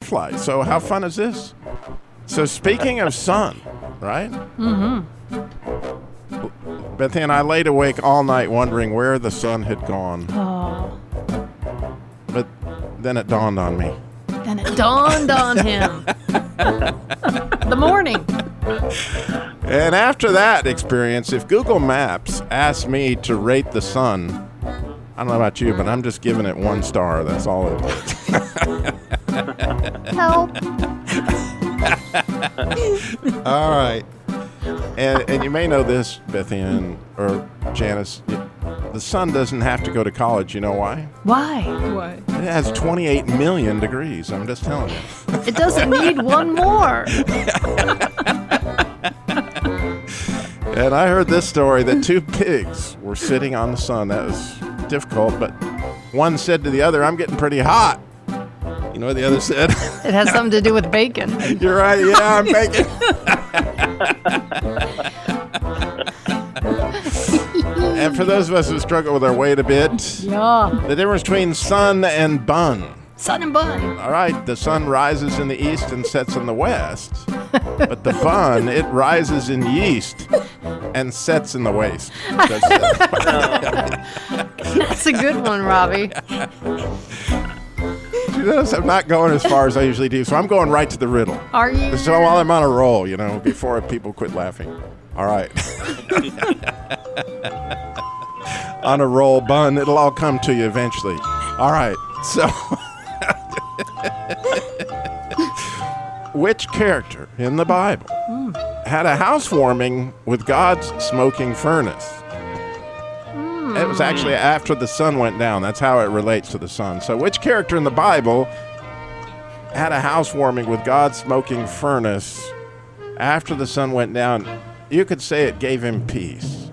butterfly. So how fun is this? So speaking of sun, right? Mm-hmm. Bethany and I laid awake all night wondering where the sun had gone. Oh, But then it dawned on me. then it dawned on him. the morning. And after that experience, if Google Maps asked me to rate the sun, I don't know about you, but I'm just giving it one star. That's all it is. Help. all right. And, and you may know this, Bethann or Janice. The sun doesn't have to go to college. You know why? Why? What? It has 28 million degrees. I'm just telling you. It doesn't need one more. And I heard this story that two pigs were sitting on the sun. That was difficult, but one said to the other, I'm getting pretty hot. You know what the other said? It has something to do with bacon. You're right, yeah, I'm making. and for those of us who struggle with our weight a bit, Yeah. the difference between sun and bun. Sun and bun. All right, the sun rises in the east and sets in the west, but the bun, it rises in yeast and sets in the waist. That's it. That's a good one, Robbie. You notice I'm not going as far as I usually do, so I'm going right to the riddle. Are you? So while I'm on a roll, you know, before people quit laughing. All right. on a roll, bun, it'll all come to you eventually. All right. So, which character in the Bible had a housewarming with God's smoking furnace? It was actually after the sun went down. That's how it relates to the sun. So, which character in the Bible had a housewarming with God's smoking furnace after the sun went down? You could say it gave him peace.